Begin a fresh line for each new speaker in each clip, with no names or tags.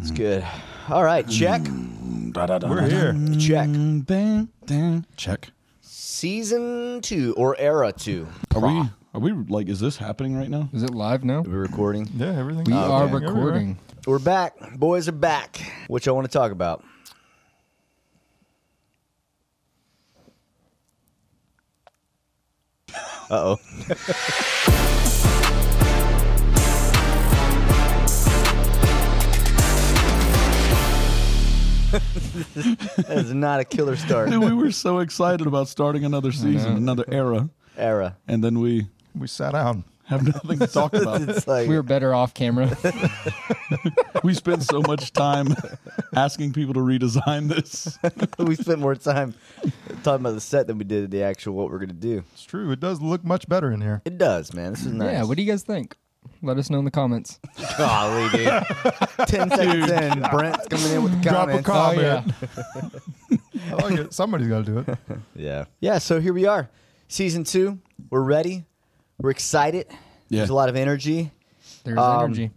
It's good. All right, check.
We're here.
Check.
Check.
Season two or era two.
Are we? Are we like? Is this happening right now?
Is it live now?
We're recording.
Yeah, everything.
We are
everywhere.
recording.
We're back. Boys are back. Which I want to talk about. Uh oh. that is not a killer start.
Dude, we were so excited about starting another season, another era,
Era.
and then we
We sat down.
have nothing to talk about.
It's like
We were better off camera.
we spent so much time asking people to redesign this.
we spent more time talking about the set than we did the actual what we're gonna do.
It's true. It does look much better in here.
It does, man. This is nice.
Yeah, what do you guys think? Let us know in the comments.
Golly, dude. Ten seconds in, Brent's coming in with the
Drop a
comments.
comment.
Oh, yeah.
I like it. Somebody's got to do it.
yeah, yeah. So here we are, season two. We're ready. We're excited.
Yeah.
There's a lot of energy.
There's
Um,
energy.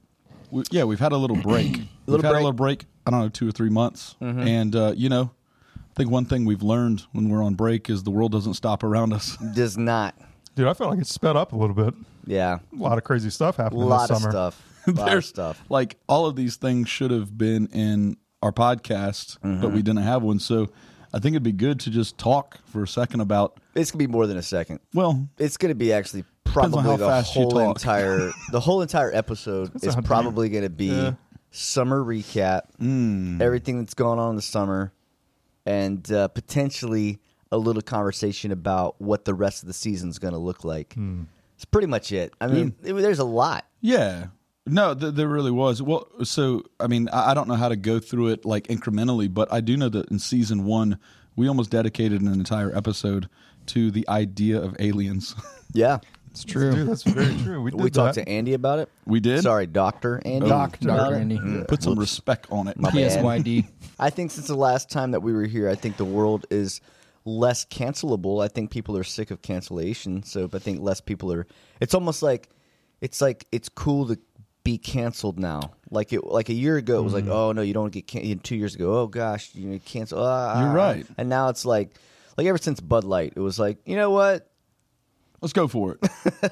We, yeah, we've had a little break. we've
Little break.
had
Mm-hmm.
a little break. I don't know, two or three months, and uh, you know, I think one thing we've learned when we're on break is the world doesn't stop around us.
Does not.
Dude, I feel like it's sped up a little bit.
Yeah,
A lot of crazy stuff
a
happening
lot of
this summer.
stuff. A lot of stuff.
Like all of these things should have been in our podcast, but we didn't have one. So I think it'd be good to just talk for a second about
It's gonna be more than a second.
well,
It's gonna be actually
on how
probably the
fast you
whole
talk.
entire the whole entire episode is
how deep-
probably gonna be
Yeah.
summer recap, everything that's gone on in the summer, and uh, potentially a little conversation about what the rest of the season's gonna look like.
Hmm.
It's pretty much it. I mean, it- there's a lot.
yeah. No, th- there really was. Well, so I mean, I-, I don't know how to go through it like incrementally, but I do know that in season one, we almost dedicated an entire episode to the idea of aliens.
Yeah,
It's true.
Dude, that's very true. We did
we talked
that.
to Andy about it.
We did?
Sorry, Doctor Andy.
Oh, Doc,
about
Doc
it.
Randy.
Put some respect on it.
bad.
PSYD.
I think since the last time that we were here, I think the world is less cancelable. I think people are sick of cancellation, so I think less people are. It's almost like it's like it's cool to be canceled now. Like it, like a year ago, it was
Mm-hmm.
like, oh no, you don't get can-. two years ago. Oh gosh, you know, cancel. Ah,
You're right.
And now it's like, like ever since Bud Light, it was like, you know what?
Let's go for it.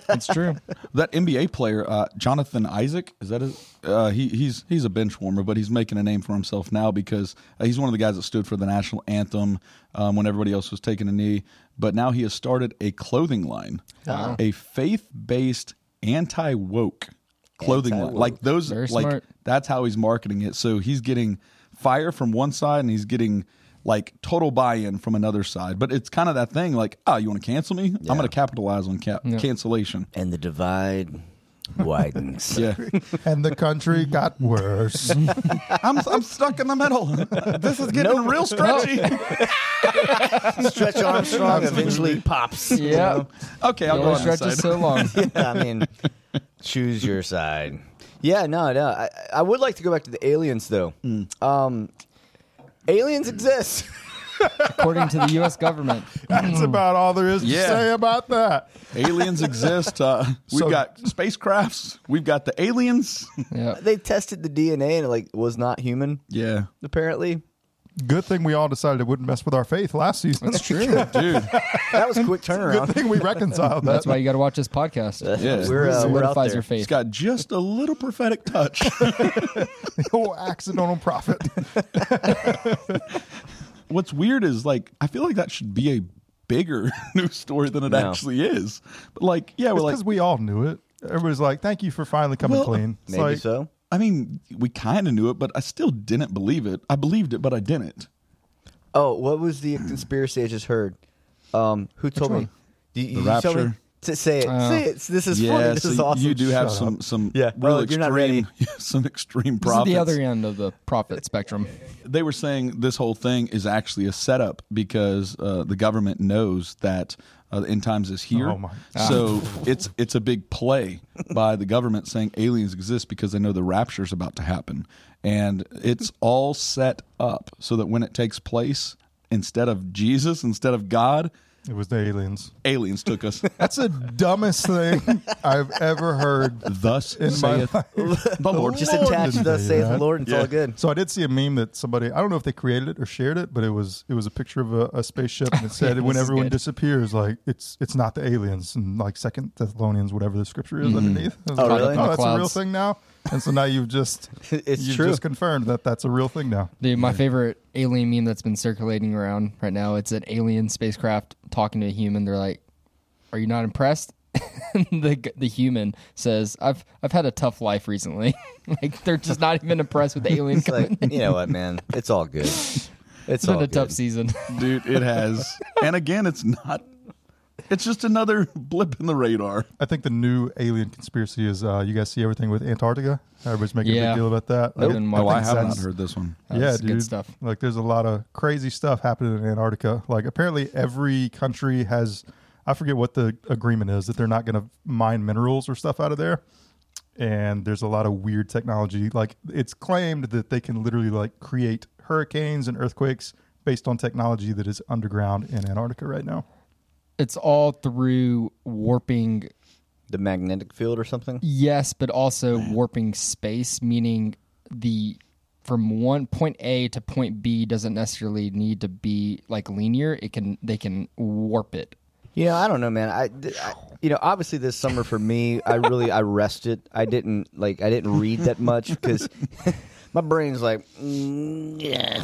It's true.
That NBA player, uh, Jonathan Isaac, is that his? Uh, he, he's he's a bench warmer, but he's making a name for himself now because uh, he's one of the guys that stood for the national anthem um, when everybody else was taking a knee. But now he has started a clothing line, a faith-based anti woke clothing line.
Anti-woke.
Like those,
Very
like
smart.
that's how he's marketing it. So he's getting fire from one side, and he's getting like total buy-in from another side. But it's kind of that thing, like, oh, you want to cancel me? I'm going to capitalize on cap- cancellation.
And the divide widens.
Yeah.
and the country got worse.
I'm, I'm stuck in the middle. this is getting real stretchy.
Stretch Armstrong eventually pops. you know?
Yeah.
Okay, I'll
It
go
only
on this side.
stretches so long.
I mean, choose your side. Yeah, no, no. I, I would like to go back to the aliens, though.
Hmm.
Um, aliens exist.
According to the U.S. government,
That's about all there is
Yeah.
to say about that.
aliens exist. Uh, we've
So-
got spacecrafts. We've got the aliens.
yeah,
they tested the DNA and it, like was not human.
Yeah,
Apparently,
Good thing we all decided it wouldn't mess with our faith last season.
it's true.
dude.
that was a quick
Good
turnaround.
thing we reconciled that.
That's why you got to watch this podcast.
Yeah.
We're, uh,
It
we're out
solidifies
there.
your
It's
faith.
got just a little prophetic touch.
oh, accidental profit.
What's weird is like I feel like that should be a bigger news story than it
No.
actually is. But like, yeah, we're
Because
like,
we all knew it. Everybody's like, "Thank you for finally coming
Well,
clean." It's
Maybe
like,
so.
I mean, we kind of knew it, but I still didn't believe it. I believed it, but I didn't.
Oh, what was the conspiracy I just heard? Um, who told me? Do you,
The
you tell me
rapture? Uh,
to say it.
Oh.
say it. This is
yeah,
funny. This
so
is awesome.
you do have
Shut
some some
Yeah.
real
Oh, you're not
extreme some extreme
This is
prophets.
the other end of the profit spectrum.
they were saying this whole thing is actually a setup because uh, the government knows that uh, the end times is here.
Oh my-
So it's it's a big play by the government saying aliens exist because they know the rapture is about to happen, and it's all set up so that when it takes place, instead of Jesus, instead of God,
It was the aliens.
Aliens took us.
That's the dumbest thing I've ever heard.
Thus
In my
saith the Lord.
Just
Lord
attach
didn't
the
say
saith the
that.
Lord. It's all good.
So I did see a meme that somebody I don't know if they created it or shared it, but it was it was a picture of a, a spaceship and it said
Yeah,
when
this is
everyone
good.
disappears, like it's it's not the aliens and like Second Thessalonians, whatever the scripture is
Mm-hmm.
underneath. I was
Oh,
like,
really?
that's a real
Clouds.
thing now. And so now you've just
It's
you've
true.
just confirmed that that's a real thing now.
Dude, my favorite alien meme that's been circulating around right now, it's an alien spacecraft talking to a human. They're like, "Are you not impressed?" And the g- the human says, "I've I've had a tough life recently." like they're just not even impressed with the alien.
It's like you know what, man. It's all good. It's
it's
all
been a
good.
tough season.
Dude, it has. And again, it's not. It's just another blip in the radar.
I think the new alien conspiracy is uh, you guys see everything with Antarctica. Everybody's making a
Yeah.
big deal about that.
Nope.
Like,
Been
Oh, I
watching
have not
that's-
heard this one.
yeah,
That's
dude.
good stuff.
Like, there's a lot of crazy stuff happening in Antarctica. Like, apparently, every country has, I forget what the agreement is, that they're not going to mine minerals or stuff out of there. And there's a lot of weird technology. Like, it's claimed that they can literally like create hurricanes and earthquakes based on technology that is underground in Antarctica right now.
it's all through warping
The magnetic field or something.
Yes, but also warping space, meaning the from one point A to point B doesn't necessarily need to be like linear. It can they can warp it.
You know, I don't know, man. I, th- I- you know, obviously this summer for me, I really I rested. I didn't like I didn't read that much because my brain's like, mm, yeah.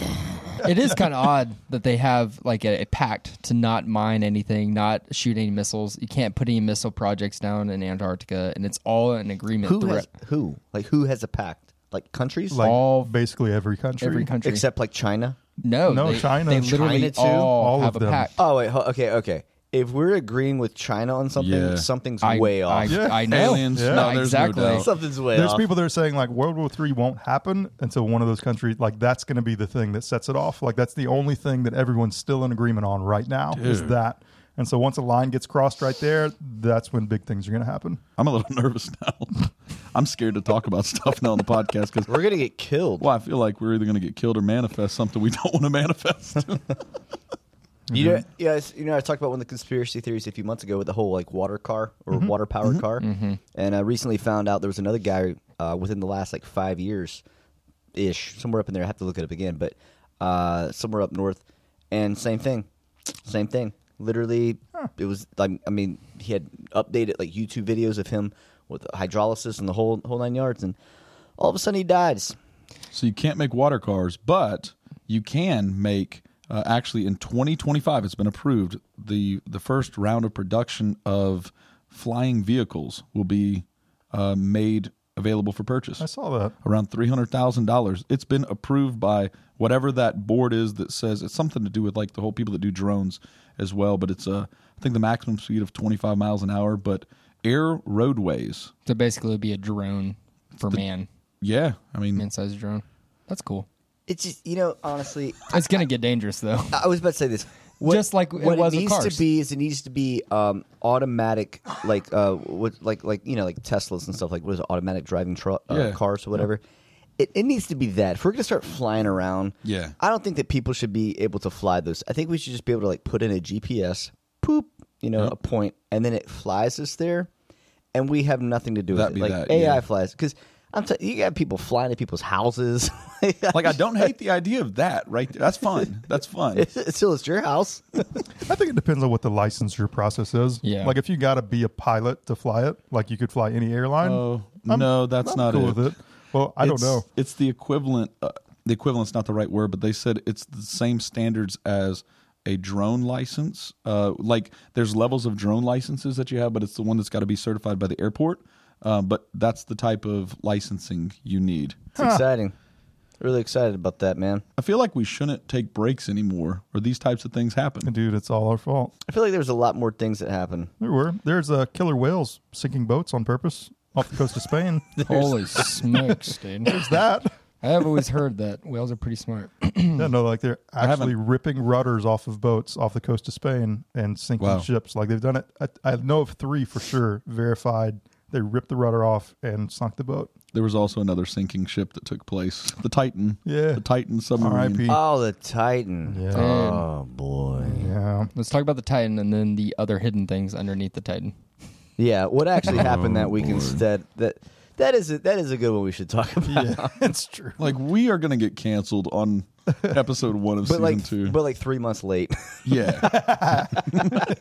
It is kind of odd that they have like a, a pact to not mine anything, not shoot any missiles. You can't put any missile projects down in Antarctica, and it's all an agreement.
who
through
has who like who has a pact? Like countries,
Like,
All-
basically every country.
every country.
except like China.
no,
No,
they,
China.
They literally
China too?
all,
All
have
of
a
them.
pact.
Oh wait, ho- okay, okay. If we're agreeing with China on something,
Yeah.
something's
I,
way
I,
off.
Yeah.
I know.
Aliens.
Yeah.
No, there's no
exactly.
doubt.
Something's way
There's
off.
people that are saying like World War Three won't happen until one of those countries like that's going to be the thing that sets it off. Like that's the only thing that everyone's still in agreement on right now is
Dude.
that. And so once a line gets crossed right there, that's when big things are going to happen.
I'm a little nervous now. I'm scared to talk about stuff now on the podcast because,
we're gonna get killed.
well, I feel like we're either going to get killed or manifest something we don't want to manifest.
You know, yeah, it's- you know, I talked about one of the conspiracy theories a few months ago with the whole like water car or water powered car, and I recently found out there was another guy uh, within the last like five years, ish, somewhere up in there. I have to look it up again, but uh, somewhere up north, and same thing, same thing. Literally, it was like I mean, he had updated like YouTube videos of him with hydrolysis and the whole whole nine yards, and all of a sudden he dies.
so you can't make water cars, but you can make. Uh, actually, in 2025, it's been approved. the The first round of production of flying vehicles will be uh, made available for purchase.
I saw that.
around three hundred thousand dollars. It's been approved by whatever that board is that says it's something to do with like the whole people that do drones as well. But it's uh, I think the maximum speed of twenty five miles an hour. But air roadways,
So basically, it'd be a drone for man,
yeah, I mean,
man-sized drone. That's cool.
It's just you know, honestly,
It's gonna get dangerous though.
I was about to say this.
Just like it
what
was
it
with
needs
cars.
to be is it needs to be um, automatic, like uh, what, like like you know, like Teslas and stuff. Like what is it, automatic driving tru- uh,
Yeah.
cars or whatever. It, it needs to be that. If we're gonna start flying around,
Yeah.
I don't think that people should be able to fly those. I think we should just be able to like put in a GPS, poop, you know, a point, and then it flies us there, and we have nothing to do
That'd be
with it. like
that,
AI
yeah.
flies because I'm t- you got people flying to people's houses.
like I don't hate the idea of that. Right, there. that's fun. That's fun.
it's still it's your house.
I think it depends on what the licensure process is.
Yeah.
Like if you got to be a pilot to fly it, like you could fly any airline.
Oh no, that's
I'm
not
cool
it.
with it. Well, I don't
It's-
know.
It's the equivalent. Uh, the equivalent's not the right word, but they said it's the same standards as a drone license. Uh, like there's levels of drone licenses that you have, but it's the one that's got to be certified by the airport. Uh, but that's the type of licensing you need.
It's exciting. Really excited about that, man.
I feel like we shouldn't take breaks anymore, or these types of things happen.
Dude, it's all our fault.
I feel like there's a lot more things that happen.
There were. There's uh, killer whales sinking boats on purpose off the coast of Spain.
Holy smokes, dude!
There's that.
I have always heard that whales are pretty smart.
Yeah, no, like they're
haven't-
actually ripping rudders off of boats off the coast of Spain and sinking
Wow.
ships. Like they've done it. I, I know of three for sure verified. They ripped the rudder off and sunk the boat.
There was also another sinking ship that took place, the Titan.
Yeah.
the Titan submarine.
R.I.P.
Oh, the Titan.
Mm. Yeah.
Oh boy.
yeah.
Let's talk about the Titan and then the other hidden things underneath the Titan.
Yeah. What actually happened that week
boy.
instead? That that is a, that is a good one. We should talk about.
Yeah, that's true.
Like we are gonna get canceled on episode one of
But
season
like,
two.
but like three months late.
yeah.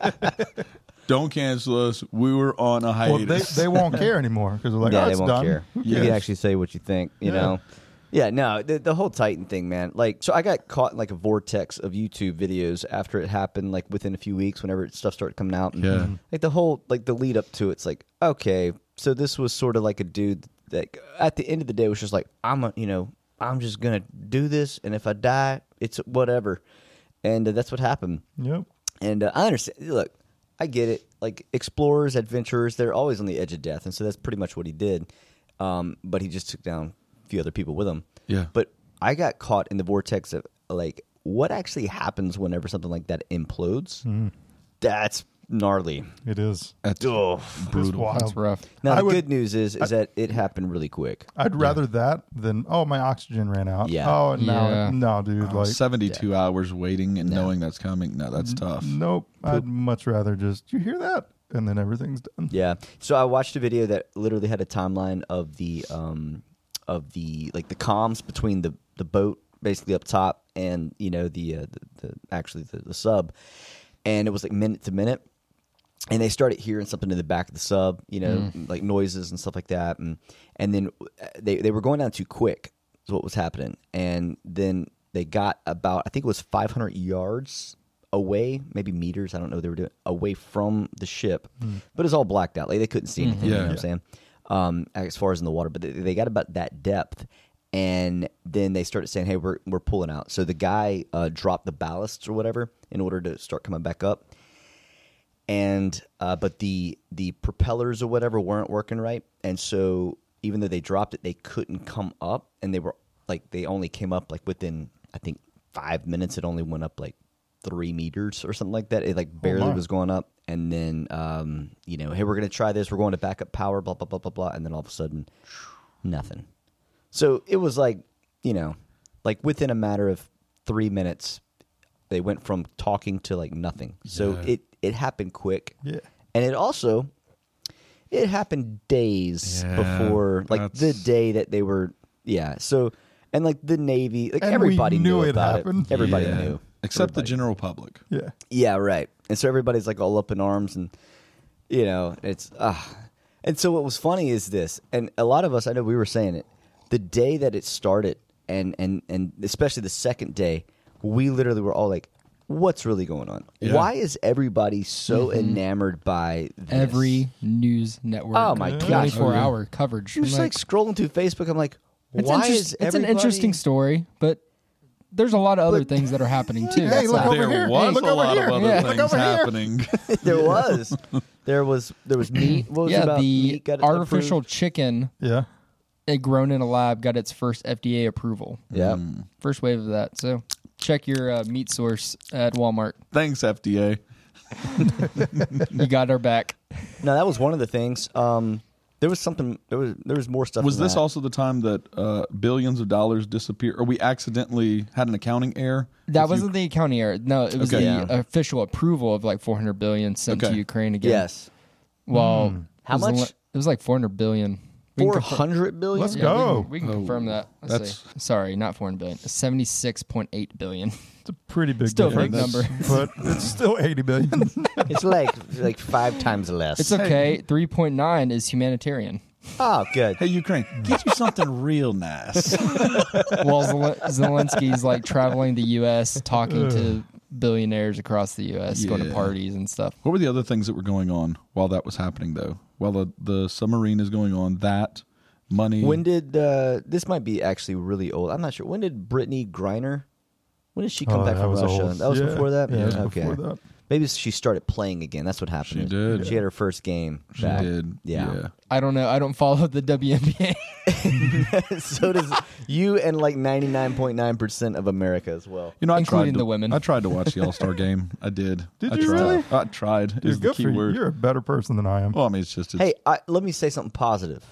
Don't cancel us. We were on a
Well, they,
hiatus.
they won't care anymore because they're like,
yeah,
oh,
they
it's
won't
done.
care.
Who
You
cares?
can actually say what you think, you
Yeah.
know. Yeah, no, the, the whole Titan thing, man. Like, so I got caught in like a vortex of YouTube videos after it happened, like within a few weeks, whenever stuff started coming out. And,
Yeah.
Like the whole, like the lead up to it's like, okay, so this was sort of like a dude that at the end of the day was just like, I'm a, you know, I'm just gonna do this, and if I die, it's whatever. And uh, that's what happened.
Yep.
And uh, I understand. Look, I get it. Like explorers, adventurers, they're always on the edge of death, and so that's pretty much what he did. Um, but he just took down a few other people with him.
Yeah.
But I got caught in the vortex of like what actually happens whenever something like that implodes.
Mm-hmm.
That's gnarly.
It is.
That's
Ugh.
It's
brutal.
wild.
That's rough.
Now
I
the
would-
good news is is that it happened really quick.
I'd rather that than oh my oxygen ran out.
Yeah.
Oh no,
Yeah.
no, dude. like Mm-hmm.
Seventy-two hours waiting and knowing that's coming. No, that's tough.
nope. I'd much rather just you hear that and then everything's done.
Yeah. So I watched a video that literally had a timeline of the um of the like the comms between the the boat basically up top and you know the uh, the, the actually the, the sub, and it was like minute to minute, and they started hearing something in the back of the sub, you know, like noises and stuff like that, and and then uh, they they were going down too quick is what was happening, and then they got about I think it was 500 yards away, maybe meters, I don't know, what they were doing away from the ship, but it's all blacked out, like they couldn't see anything. You know
Yeah.
what I'm saying? Um, as far as in the water, but they, they got about that depth. And then they started saying, "Hey, we're we're pulling out." So the guy uh, dropped the ballasts or whatever in order to start coming back up and uh, but the the propellers or whatever weren't working right, and so even though they dropped it, they couldn't come up, and they were like they only came up like within I think five minutes. It only went up like three meters or something like that. It like barely
my.
was going up, and then um, you know, hey, we're gonna try this. We're going to backup power, blah blah blah blah blah, and then all of a sudden, nothing. So it was like you know, like within a matter of three minutes, they went from talking to like nothing. So
Yeah.
it it it happened quick.
Yeah.
And it also it happened days
Yeah,
before like the
that's-
day that they were yeah. So and like the Navy like
And we
everybody
knew
knew,
it
about
happened.
it. Everybody
Yeah.
knew.
except the
Everybody.
general public.
Yeah.
Yeah, right. And so everybody's like all up in arms, and you know, it's ah. And so what was funny is this, and a lot of us, I know we were saying it, the day that it started, and and and especially the second day, we literally were all like, "What's really going on?
Yeah.
Why is everybody so enamored by this?
Mm-hmm. Every news network.
Oh my gosh.
24
Oh, yeah.
hour coverage.
Just
I'm
like, scrolling through Facebook, I'm like,
it's,
why
interest-
is
it's
everybody?
an interesting story, but there's a lot of other things that are happening too.
Hey,
That's
look
not-
over
there
here.
was
Hey, look
a
over
lot
here.
of other
Yeah. Look
things
over here.
happening.
there was, there was, there was meat. What was it
yeah,
about
the
meat got
artificial
approved?
chicken
Yeah.
uh, grown in a lab got its first FDA approval.
Yeah,
Mm. First wave of that. So check your uh, meat source at Walmart.
Thanks, FDA.
You got our back.
no, that was one of the things. Um, there was something. There was there was more stuff.
Was
than
this
that.
also the time that uh, billions of dollars disappeared, or we accidentally had an accounting error?
That
with you-
wasn't the accounting error. No, it was
Okay.
Yeah.
the official approval of like 400 billion sent
Okay.
to Ukraine again.
Yes.
Well,
Hmm.
How
it was a
much?
li- It was like 400 billion. We can
Four
confirm-
hundred billion.
Let's
yeah,
go.
We can, we can
Oh,
confirm that. Let's
that's-
see. Sorry, not 400 billion. 76.8 billion.
It's a pretty big
Still a big
difference,
number.
but it's still 80 billion.
It's like it's like five times less.
It's okay. 3.9 is humanitarian.
oh, good.
Hey, Ukraine, get you something real nice.
While Zel- Zelensky's like traveling the U.S., talking to billionaires across the U.S., going to
Yeah.
parties and stuff.
What were the other things that were going on while that was happening, though? While the, the submarine is going on, that money.
When did uh, this might be actually really old? I'm not sure. When did Brittany Griner? When did she come
Oh,
back
that
from
was
Russia?
old.
That was
Yeah.
before that.
Yeah, it was
okay.
before that.
Maybe she started playing again. That's what happened.
She did.
She had her first game.
she
back.
did?
Yeah.
I don't know. I don't follow the WNBA.
so does you and like 99.9 percent of America as well.
You know, I
Including
tried to,
the women.
I tried to watch the All Star game. I did.
Did
I
you
tried.
really?
I tried.
Dude,
is the
good
key
for you.
word.
Oh,
You're a better person than I am.
Well, I mean, it's just it's,
Hey, I, let me say something positive.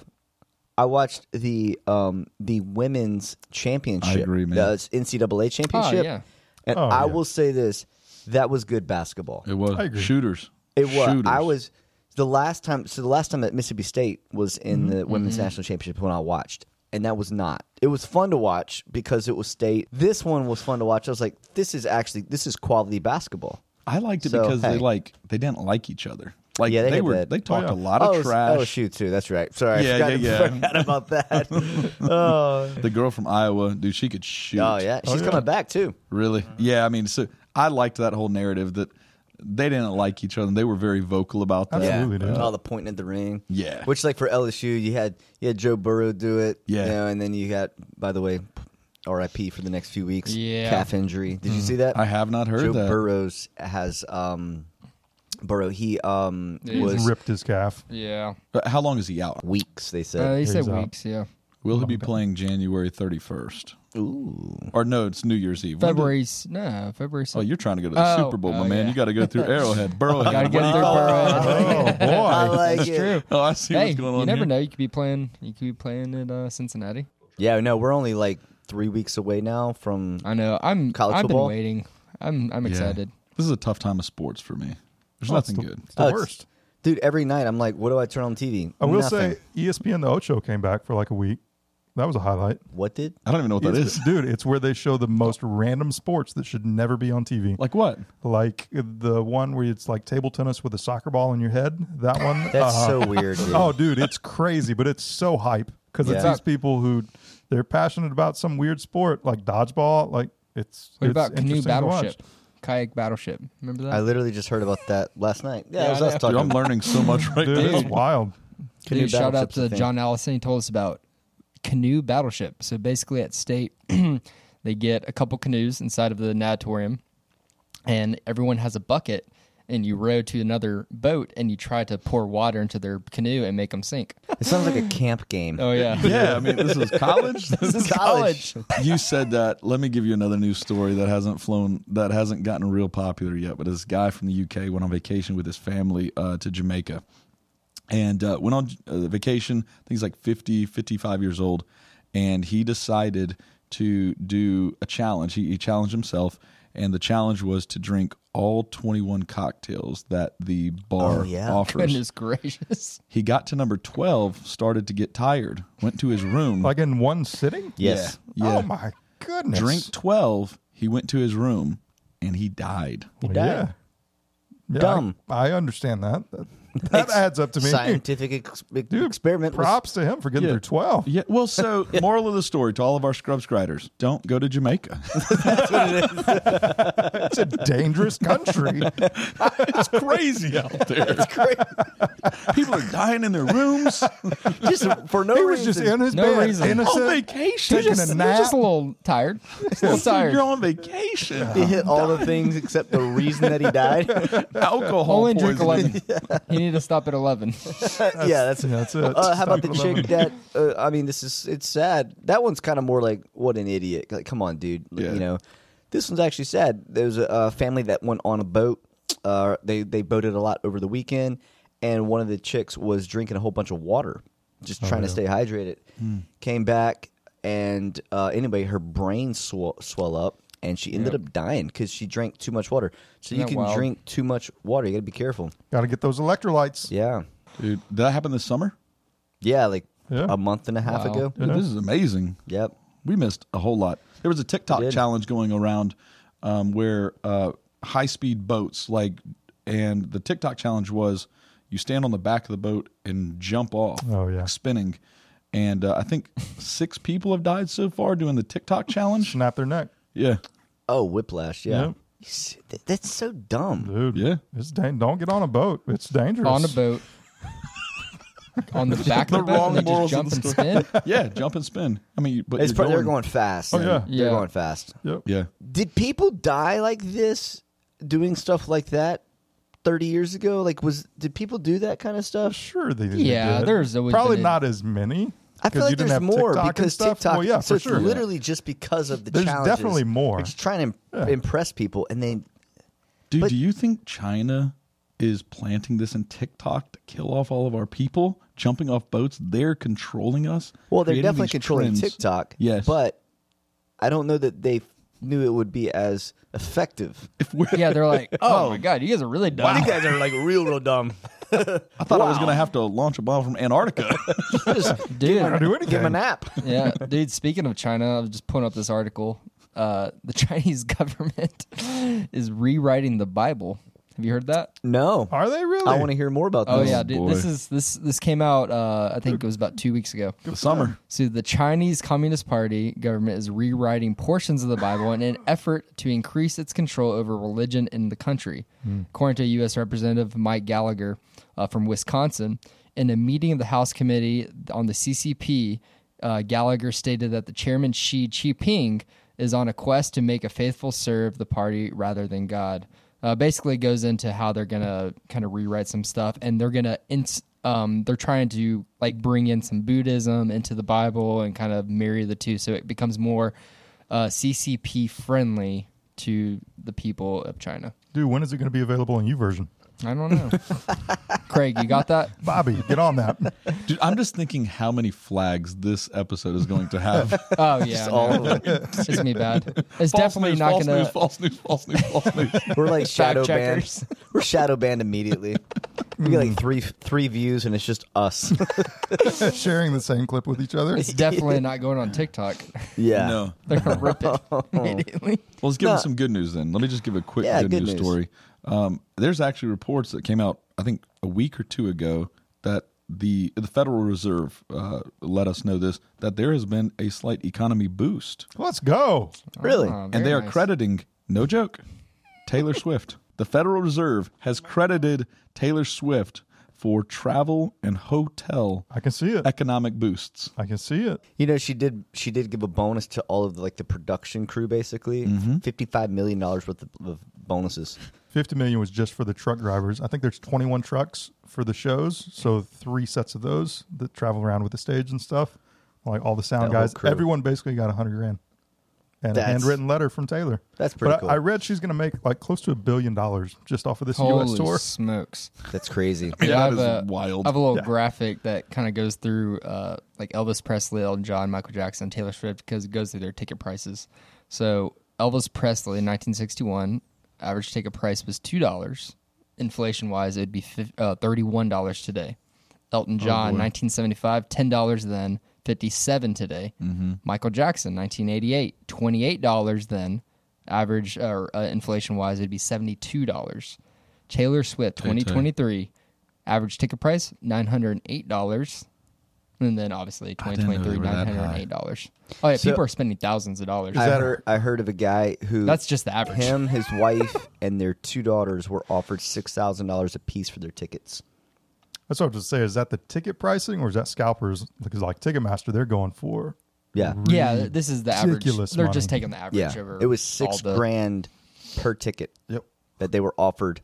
I watched the um the women's championship.
I agree, man.
The NCAA championship.
yeah.
And
Oh,
I
yeah.
will say this: that was good basketball.
It was
I agree.
shooters.
It was.
Shooters.
I was the last time. So the last time that Mississippi State was in the women's national championship when I watched, and that was not. It was fun to watch because it was state. This one was fun to watch. I was like, this is actually this is quality basketball.
I liked it
So,
because
hey.
they like they didn't like each other. Like
Yeah, they
they,
did
were
that.
they talked
Oh, yeah.
a lot of
oh, it was
trash.
LSU too. That's right. Sorry,
Yeah,
I forgot,
yeah, yeah.
forgot about that. oh.
The girl from Iowa, dude, she could shoot.
Oh, yeah, she's coming back too.
Really?
Mm-hmm.
Yeah, I mean, so I liked that whole narrative that they didn't like each other. and They were very vocal about that.
Yeah,
Absolutely, dude.
all the pointing at the ring.
Yeah.
which like for LSU, you had you had Joe Burrow do it.
Yeah.
you know, and then you got by the way, R.I.P. for the next few weeks.
Yeah.
calf injury. Did you see that?
I have not heard
Joe
that.
Burrows has um, Burrow. He um
Yeah, he's
was
ripped his calf.
Yeah.
But how long is he out?
weeks. They
Uh,
said.
he said
he's out.
weeks. Yeah.
Will he be playing January 31st?
Ooh,
Or no, it's New Year's Eve. When did-
February's no February.
Oh, you're trying to go to the
Oh.
Super Bowl, my
Oh,
man.
yeah.
You got to go through Arrowhead,
gotta
Burrowhead.
get through Burrow.
Oh
I
boy!
like
That's
it.
true.
Oh, I see
Hey,
what's going on
you never
here.
know. You could be playing. You could be playing at uh, Cincinnati.
Yeah, no, we're only like three weeks away now from.
I know. I'm.
College
I've
football?
been waiting. I'm. I'm
Yeah.
excited.
This is a tough time of sports for me. There's
Oh, it's
nothing
the-
good.
It's the
Oh, it's-
worst.
Dude, every night I'm like, what do I turn on TV?
I will
Nothing.
say, E ESPN the Ocho came back for like a week. That was a highlight.
what did?
I don't even know what that
ESPN
is.
dude. It's where they show the most random sports that should never be on TV.
Like what?
like uh, the one where it's like table tennis with a soccer ball in your head. That one.
That's
Uh,
so weird. Dude.
Oh, dude, it's crazy, but it's so hype because it's
Yeah.
these people who they're passionate about some weird sport like dodgeball. Like it's
What
it's
about canoe
interesting to watch.
battleship, kayak battleship? Remember that?
I literally just heard about that last night. Yeah,
Yeah,
it was
I
us
know.
Dude,
talking.
I'm learning so much right
Dude,
now.
it's wild.
Canoe
Dude, shout out
battleship's a
to
thing.
John Allison. He told us about canoe battleship. So basically, at state, they get a couple canoes inside of the natatorium, and everyone has a bucket, and you row to another boat, and you try to pour water into their canoe and make them sink.
It sounds like a camp game.
Oh yeah,
Yeah, I mean, this is college. This is
college.
you said that. Let me give you another news story that hasn't flown, that hasn't gotten real popular yet. But this guy from the UK went on vacation with his family uh, to Jamaica and uh, went on uh, vacation. I think he's like 50, 55 years old. And he decided to do a challenge. He, he challenged himself. And the challenge was to drink all 21 cocktails that the bar
Oh, yeah.
offers.
goodness gracious.
He got to number 12, started to get tired, went to his room.
Like in one sitting.
Yes.
Yeah. yeah.
Oh my goodness.
Drink 12, he went to his room and he died.
Well,
died.
Yeah. Yeah,
Dumb.
I, I understand that. That, that adds up to me.
Scientific ex-
Dude,
experiment. was-
Props to him for getting
Yeah.
through twelve.
Yeah. Well, so moral of the story to all of our scrubs griders, don't go to Jamaica.
It's a dangerous country.
it's crazy out there.
It's great.
People are dying in their rooms
just for no
he
reason. Oh,
was just in his
No
bed,
reason.
innocent.
on vacation.
Taking
Just-
a
You're
nap.
just a little tired. Just a little tired.
You're on vacation.
He hit all the things except the reason that he died.
Alcohol
Only drink
poisoning.
eleven. He need to stop at eleven.
yeah, that's.
yeah, that's it.
Uh, how about the
Stop
chick that? Uh, I mean, this is it's sad. That one's kind of more like what an idiot. Like, come on, dude. Like,
Yeah.
You know, this one's actually sad. There's a, a family that went on a boat. Uh, they they boated a lot over the weekend, and one of the chicks was drinking a whole bunch of water, just trying to stay hydrated. Came back, and uh, anyway, her brain swell, swell up. And she ended up dying because she drank too much water. So you
that
can
wild?
drink too much water. You got to be careful.
Got to get those electrolytes.
Yeah,
Dude, did that happen this summer?
yeah, like
Yeah.
a month and a half
Wow.
ago.
Dude, this is amazing.
Yep.
We missed a whole lot. There was a
We
TikTok
did.
challenge going around um, where uh, high speed boats, like, and the TikTok challenge was you stand on the back of the boat and jump off.
Oh, yeah.
Spinning. And uh, I think six people have died so far doing the TikTok challenge.
Snap their neck,
Yeah.
Oh, Whiplash. Yeah.
Yep.
You s- th- That's so dumb.
dude.
Yeah.
It's dang- don't get on a boat. It's dangerous.
on a boat. on the back
The
of the boat,
wrong
and they just
morals of
jump
the
and spin.
Yeah. Jump and spin. I mean, but
It's
you're
pro-
going,
they're going fast.
Oh, yeah.
They're
Yeah.
going fast.
Yep.
Yeah.
Did people die like this doing stuff like that 30 years ago? Like was did people do that kind of stuff?
Sure, they. they
Yeah,
did.
there's always
probably
been a-
not as many.
I
'cause
feel
you
like
didn't
there's
have
more
TikTok and
because
stuff.
TikTok
Well, yeah,
so
for
it's
sure.
literally just because of the
There's
challenges.
definitely more.
They're just trying to im- impress people and they
Dude,
But-
do you think China is planting this in TikTok to kill off all of our people, jumping off boats. They're controlling us.
Well, they're
creating
definitely
these
controlling
trends.
TikTok.
Yes.
But I don't know that they knew it would be as effective.
If we're,
Yeah, they're like, oh, my god, you guys are really dumb.
You guys are like real, real dumb.
I thought I was going to have to launch a bomb from Antarctica.
I
dude.
do
Give
anything.
them an app.
yeah, dude. Speaking of China, I was just pulling up this article. Uh, the Chinese government is rewriting the Bible. Have you heard that?
No.
Are they really?
I want to hear more about
Oh
this.
yeah, dude. This
boy.
is this this came out. Uh, I think it was about two weeks ago.
the summer.
So the Chinese Communist Party government is rewriting portions of the Bible in an effort to increase its control over religion in the country. According to U.S. Representative Mike Gallagher uh, from Wisconsin, in a meeting of the House Committee on the CCP, uh, Gallagher stated that the chairman Xi Jinping is on a quest to make a faithful serve the party rather than God. Uh, basically, goes into how they're gonna kind of rewrite some stuff, and they're gonna ins- um, they're trying to like bring in some Buddhism into the Bible and kind of marry the two, so it becomes more uh, CCP friendly to the people of China.
Dude, when is it going to be available in you version?
I don't know, Craig. You got that?
Bobby, get on that.
Dude, I'm just thinking how many flags this episode is going to have.
Oh yeah,
Just
no.
all of it.
it's gonna be bad.
False
It's definitely
news,
not
false
gonna.
News, false news, false news, false news.
We're like shadow
checkers. Hmm.
banned. We're shadow banned immediately. We get like three three views and it's just us.
Sharing the same clip with each other.
It's definitely not going on TikTok.
yeah.
No.
They're gonna rip it immediately.
Well, let's give them
No.
some good news then. Let me just give a quick
Yeah,
good,
good
news,
news.
story. Um, there's actually reports that came out, I think, a week or two ago that the the Federal Reserve uh, let us know this that there has been a slight economy boost,
Let's go.
Really?
Oh,
and
very
they are
nice.
crediting no joke, Taylor Swift. The Federal Reserve has credited Taylor Swift for travel and hotel
I can see it.
economic boosts.
I can see it.
You know, she did. She did give a bonus to all of the, like the production crew, basically fifty-five million dollars worth of, of bonuses.
50 million was just for the truck drivers. I think there's 21 trucks for the shows, so three sets of those that travel around with the stage and stuff. Like all the sound
That whole
guys,
crew.
everyone basically got 100 grand. And a
That's-
handwritten letter from Taylor.
That's pretty
but
cool.
I, I read she's going to make like close to a billion dollars just off of this U.S.
Holy
tour.
smokes!
That's crazy.
Yeah,
I
that
have
is
a-
wild.
I have a little
Yeah.
graphic that kind of goes through uh, like Elvis Presley, Elton John, Michael Jackson, Taylor Swift, because it goes through their ticket prices. So Elvis Presley in 1961, average ticket price was two dollars. Inflation wise, it would be fif- uh, thirty-one dollars today. Elton
Oh,
John, 1975, ten dollars then, fifty-seven today.
Mm-hmm.
Michael Jackson, 1988, twenty-eight dollars then. Average uh, uh, inflation wise, it'd be seventy-two dollars. Taylor Swift, 2023, average ticket price $908. And then obviously
didn't know
2023,
they were that high.
$908. Oh, yeah,
So-
people are spending thousands of dollars.
I heard, I heard of a guy who
That's just the average.
him, his wife, and their two daughters were offered six thousand dollars apiece for their tickets.
That's what I was going to say. Is that the ticket pricing or is that scalpers? Because like Ticketmaster, they're going for
Yeah,
yeah, th- this is the average.
ridiculous
They're just
money.
taking the average
yeah.
over.
It was
all
six
the-
grand per ticket
Yep.
that they were offered,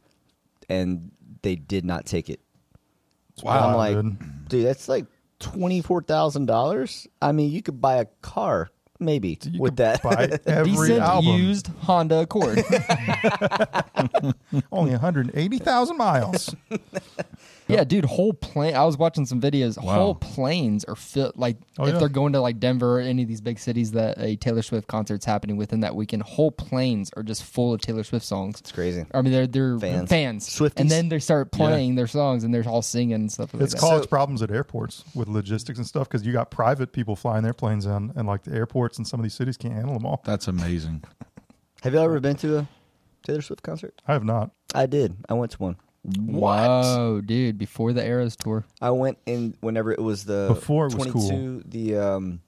and they did not take it.
Wow,
I'm like,
dude.
dude, that's like twenty four thousand dollars. I mean, you could buy a car maybe
you
with
could
that.
buy every
Decent
album
used Honda Accord.
only 180,000 miles.
yeah, dude, whole plane. I was watching some videos.
Wow.
Whole planes are filled. Like
Oh,
if
yeah.
they're going to like Denver or any of these big cities that a Taylor Swift concert's happening within that weekend, whole planes are just full of Taylor Swift songs.
it's crazy.
I mean, they're they're
Fans.
fans,
Swifties.
and then they start playing their songs and they're all singing and stuff. Like
It's
that.
caused problems at airports with logistics and stuff because you got private people flying their planes in, and like the airports in some of these cities can't handle them all.
That's amazing.
Have you all ever been to a Taylor Swift concert?
I have not.
I did. I went to one.
Whoa, dude! Before the Eras tour,
I went in whenever it was the
Before it was cool.
The um,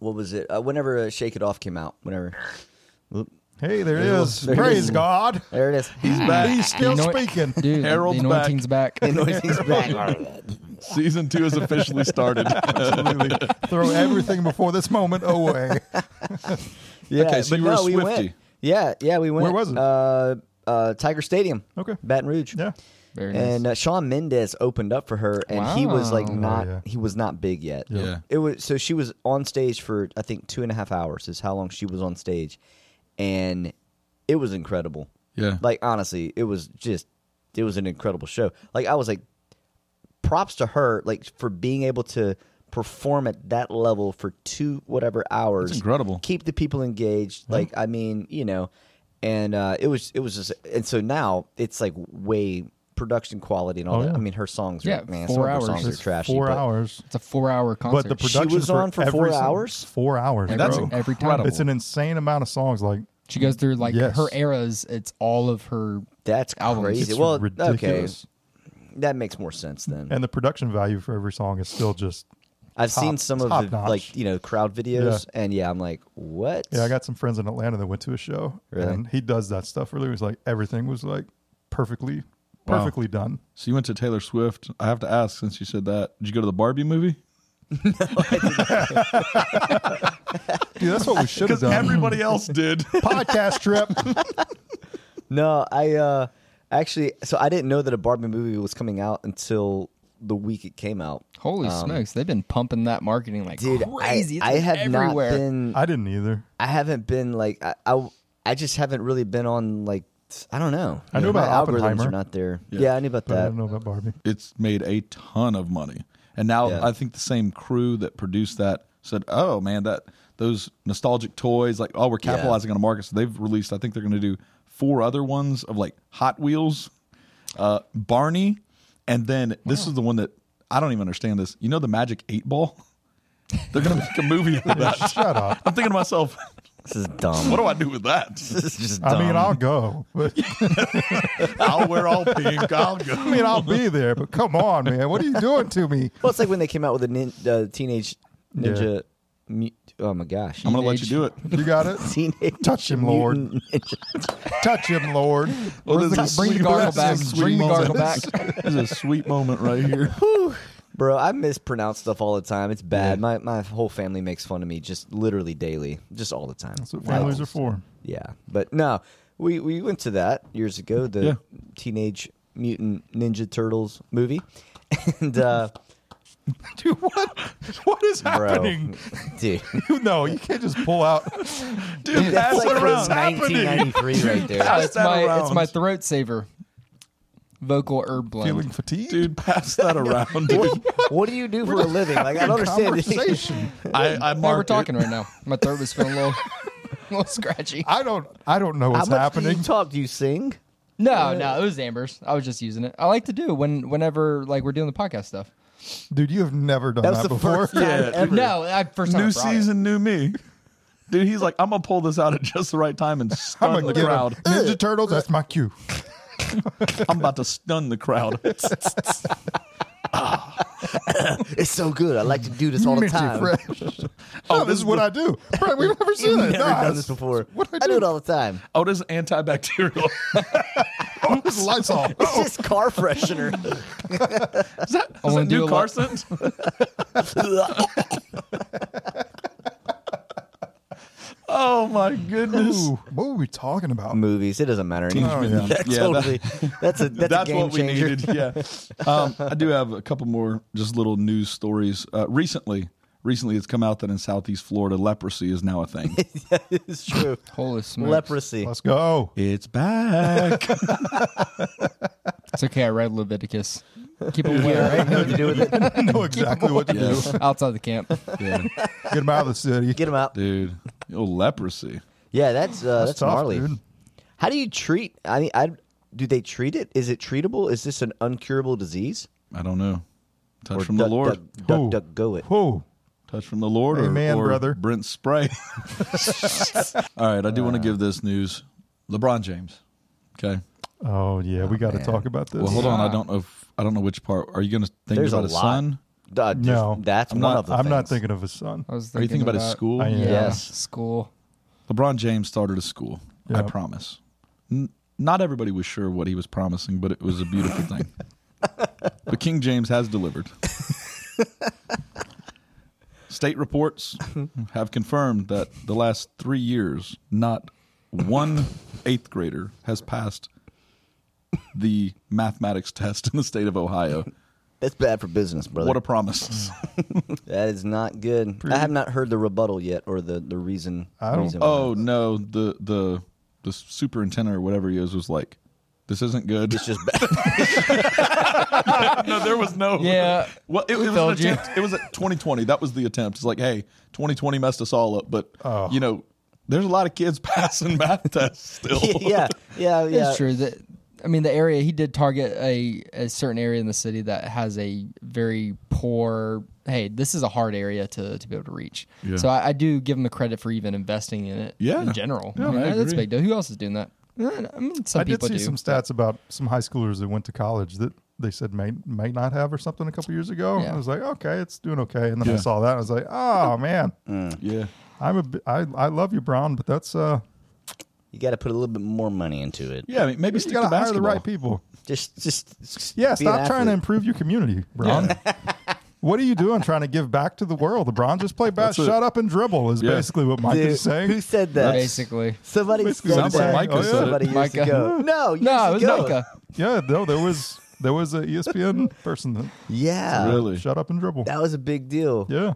what was it? Uh, whenever uh, Shake It Off came out. Whenever. Whoop.
Hey, there it
There
is.
it is.
Praise God.
There it is.
He's back.
He's still
You know what?
speaking.
dude, the-
Harold's
the anointing's back.
The anointing's back.
Season two has officially started.
Absolutely. Throw everything before this moment away.
Yeah,
Okay, so
but
you were
no,
a
we went.
Swiftie.
Yeah, yeah, we went.
Where was it?
Uh, uh, Tiger Stadium.
Okay.
Baton Rouge.
Yeah.
Very nice.
and uh, Sean Mendez opened up for her, and he was like
Wow.
not
Oh, yeah.
he was not big yet.
Yeah.
it was so she was on stage for I think two and a half hours is how long she was on stage, and it was incredible.
Yeah.
like honestly, it was just it was an incredible show. Like I was like, props to her, like for being able to perform at that level for two whatever hours.
incredible.
Keep the people engaged. Like I mean, you know, and uh, it was it was just and so now it's like way production quality
Oh,
and all that. I mean, her songs are
Yeah,
man,
four
some of her
hours.
songs
It's
are trashy.
four
but
hours.
It's a four-hour concert.
But the
She
production
was on for
every
four
song-
hours?
Four hours.
Every-
That's
bro.
every time.
incredible.
It's an insane amount of songs. Like
she goes through like
Yes.
her eras. It's all of her.
That's
Albums.
crazy.
it's
well,
ridiculous.
okay, that makes more sense then.
And the production value for every song is still just.
I've
top-
seen some of
top
the
notch.
like you know crowd videos, and yeah, I'm like, what?
Yeah, I got some friends in Atlanta that went to a show,
Really?
and he does that stuff. Really, it was like everything was like perfectly,
Wow.
perfectly done.
So you went to Taylor Swift. I have to ask, since you said that, did you go to the Barbie movie?
Dude, that's what we should have
Because
done.
everybody else did.
podcast trip.
No, I uh, actually, so I didn't know that a Barbie movie was coming out until the week it came out.
Holy smokes! They've been pumping that marketing like
Um, Dude,
crazy. It's
I, I
been
have
everywhere.
not been.
I didn't either.
I haven't been like I, I. I just haven't really been on like I don't know.
I knew
My
about
algorithms
Oppenheimer.
are not there. Yeah,
Yeah.
I knew about
But I
that.
don't know about Barbie.
it's made a ton of money. And now
Yeah.
I think the same crew that produced that said, "Oh man, that those nostalgic toys like oh we're
Yeah.
capitalizing on a market." So they've released I think they're going to do four other ones of like Hot Wheels, uh, Barney, and then this is the one that I don't even understand this. You know the Magic 8 Ball? They're going to make a movie with that.
Shut up.
I'm thinking to myself,
This is dumb.
what do I do with that?
this is just dumb.
I mean, I'll go. But,
I'll wear all pink. I'll go.
I mean, I'll be there. But come on, man, what are you doing to me?
well, it's like when they came out with the nin- uh, teenage ninja. Mu- oh my gosh!
I'm going to let you do it.
You got it.
Teenage
Touch him, Lord.
Mutant Ninja-
Touch him, Lord.
Well, this
Bring
is a
the
sweet-
gargle
this is a
back.
sweet
Bring the gargle
moment. This is a sweet moment right here.
Bro, I mispronounce stuff all the time. It's bad. My my whole family makes fun of me just literally daily, just all the time.
That's what families
I-
are for.
Yeah, but no, we we went to that years ago. The
Yeah.
Teenage Mutant Ninja Turtles movie, and uh,
Dude, what? What is
bro, dude,
no, you can't just pull out.
Dude,
that's like
what is
from 1993 right there.
pass
it's
that
my
around.
it's my throat saver. Vocal herb blend.
Feeling fatigued.
Dude, pass that around, dude.
what do you do for a living? Like I don't understand.
Conversation.
I, I marked
Hey, we're
it.
talking right now. My throat was feeling a little, a little scratchy.
I don't. I don't know
How
what's
much do
happening.
you talk? Do you sing?
No, no, it was Amber's. I was just using it. I like to do when whenever like we're doing the podcast stuff.
Dude, you have never done
That
that,
was the
before.
first time
Yeah,
ever.
No, I first time I
New
brought it.
season, new me. Dude, he's like, I'm gonna pull this out at just the right time and
I'm
stun
gonna
the
get 'em.
crowd.
Ninja Turtles. That's my cue.
I'm about to stun the crowd.
It's so good. I like to do this all the
Minty
time.
Fresh.
Oh,
Oh, this is what I do. Brett, we've never seen
I've
it.
never
Nah,
done this before.
What
I do it all the time.
Oh, this is antibacterial.
Oh, this is Lysol.
It's just car freshener.
Is that, is
wanna
that
do
new
a
car
lot-
scent? Oh my goodness.
Ooh, what were we talking about?
Movies. It doesn't matter anymore.
yeah.
That
Yeah,
totally. that's a that's, a game
what we
changer.
needed. Yeah, um, I do have a couple more just little news stories. Uh, recently, recently, it's come out that in Southeast Florida, leprosy is now a thing.
it's true.
Holy smokes!
Leprosy.
Let's go.
it's back.
It's okay. I read Leviticus. Keep it away, right?
Nothing to do with it.
I know exactly what to do.
Yeah.
Outside the camp.
Yeah.
Get him out of the city.
Get him out.
dude, oh leprosy.
Yeah, that's uh, that's,
That's tough,
gnarly.
dude.
How do you treat? I mean, I do they treat it? Is it treatable? Is this an uncurable disease?
I don't know. Touch from the
duck-
Lord.
Duck, duck,
Who?
duck, go it.
Whoa.
Touch from the Lord, or,
Amen,
or
brother.
Brent Spray. All right, I do want to give this news. LeBron James. Okay.
Oh yeah, we got to talk about this.
Well, hold on. I
Yeah.
don't know. If, I don't know which part. Are you going to think
Ah. There's a lot.
about his son?
Uh, there's-
No.
that's
I'm
one
not-
of the.
I'm
things.
not thinking of his son.
I was
Are you thinking about, his school?
I am.
Yeah,
Yes.
school.
LeBron James started a school. I
Yeah.
promise. N- not everybody was sure what he was promising, but it was a beautiful thing. But King James has delivered. State reports have confirmed that the last three years, not one eighth grader has passed the mathematics test in the state of Ohio.
That's bad for business, brother.
What a promise.
that is not good. I have not heard the rebuttal yet, or the the reason.
I don't-
reason why.
Oh no, the the the superintendent or whatever he is was like, This isn't good.
It's just bad.
no, there was no.
Yeah.
Well, it, it was an
Told you.
attempt. It was a 2020. That was the attempt. It's like, hey, 2020 messed us all up, but
Oh.
you know, there's a lot of kids passing math tests still.
yeah, yeah, yeah.
It's true that I mean the area he did target a a certain area in the city that has a very poor. Hey, this is a hard area to, to be able to reach.
Yeah.
So I, I do give him the credit for even investing in it.
Yeah.
in general,
No,
I mean,
I
that's a
agree.
big deal. Who else is doing that? Uh, I mean, some
I did
people
see
do.
some stats about some high schoolers that went to college that they said may may not have or something a couple years ago. And
Yeah.
I was like, okay, it's doing okay. And then I
Yeah.
saw that and I was like, oh man,
yeah.
I'm a bi- I I love you, Brown, but that's uh,
You got to put a little bit more money into it.
Yeah, I mean, maybe
you
stick
got
to
to hire the
basketball.
right people.
Just, just, just
Yeah,
be an
stop trying to
athlete.
improve your community, Brown. what are you doing trying to give back to the world? LeBron just play bad.
That's it.
Shut up and dribble is
Yeah.
basically what Mike
Dude,
is saying.
Who said that?
Basically.
Somebody
Basically
said
sounds
that. Oh,
like Micah said it.
somebody years
Micah.
ago. No, years
No, it was
ago.
Micah.
Yeah, no, there was there was a E ESPN person that
Yeah,
Really?
shut up and dribble.
that was a big deal.
Yeah,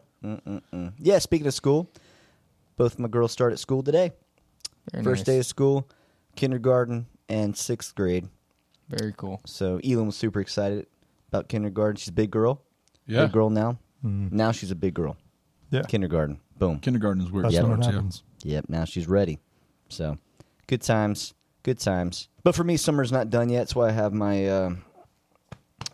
Yeah, speaking of school, both my girls start at school today.
Very
First
nice.
day of school, kindergarten, and sixth grade.
Very cool.
So Elin was super excited about kindergarten. She's a big girl.
Yeah.
Big girl now. Now she's a big girl.
Mm-hmm. yeah.
Kindergarten. Boom.
Kindergarten is where it
That's
Yeah.
when it
starts. Yeah.
happens.
Yep, now she's ready. So, good times, good times. But for me, summer's not done yet. That's why I have my, uh,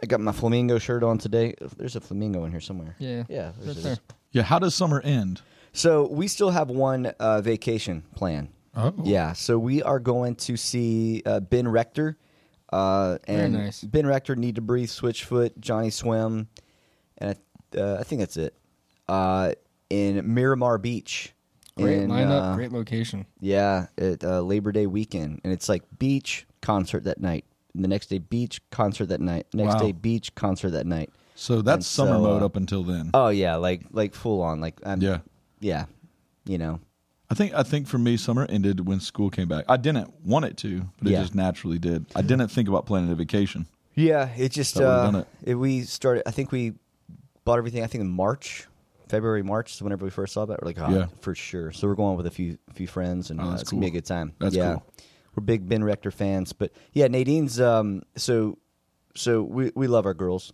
I got my flamingo shirt on today. There's a flamingo in here somewhere.
Yeah.
yeah. there's
Right
it
there.
is.
Yeah, How does summer end?
So we still have one uh, vacation plan.
Oh.
Yeah, so we are going to see uh, Ben Rector. Uh,
Very
and
nice.
Ben Rector, Need to Breathe, Switchfoot, Johnny Swim, and I, uh, I think that's it. Uh, in Miramar Beach.
Great
in,
lineup,
uh,
great location.
yeah, at uh, Labor Day weekend, and it's like beach concert that night. And the next day, beach concert that night. Next
Wow.
day, beach concert that night.
So that's
And
summer
so,
mode
uh,
up until then.
Oh yeah, like like full on, like I'm,
Yeah.
yeah, you know,
I think I think for me, summer ended when school came back. I didn't want it to, but it
Yeah.
just naturally did. I didn't think about planning a vacation.
yeah. It just
That would've
uh,
done it.
it- we started. I think we bought everything. I think in March, February, March. So whenever we first saw that, we're like, oh,
Yeah.
for sure. So we're going with a few few friends, and
Oh,
uh,
that's
it's gonna be a
cool.
good time.
That's
yeah.
cool.
We're big Ben Rector fans, but yeah, Nadine's um so so we we love our girls.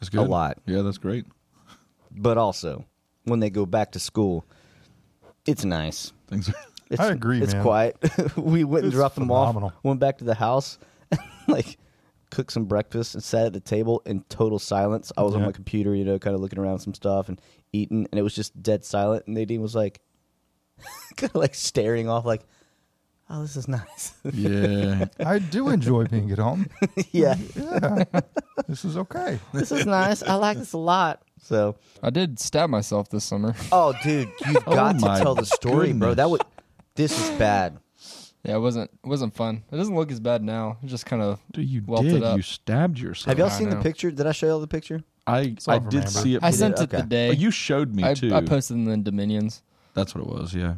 That's good.
lot.
Yeah, that's great.
but also when they go back to school, it's nice.
Things.
It's,
I agree,
It's
man.
quiet. we went and
It's
dropped them
phenomenal.
off, went back to the house, like cooked some breakfast, and sat at the table in total silence. I was on
Yeah.
my computer, you know, kind of looking around some stuff and eating, and it was just dead silent. And Nadine was like, kind of like staring off, like, "Oh, this is nice."
yeah.
I do enjoy being at home.
yeah,
Yeah, this is okay.
this is nice. I like this a lot. So
I did stab myself this summer.
Oh, dude, you've
Oh
got
my
to tell the story, bro. That
goodness.
would. This is bad.
yeah, it wasn't it wasn't fun. It doesn't look as bad now. It just kind of
Dude, you
Welted
did.
up.
You stabbed yourself.
Have y'all
I
seen the
know.
picture? Did I show y'all the picture?
I
all
I
from
did
Amber.
see it.
I
did?
sent it the
Okay.
day.
Oh, you showed me
I,
too.
I posted in the Dominions.
that's what it was. Yeah.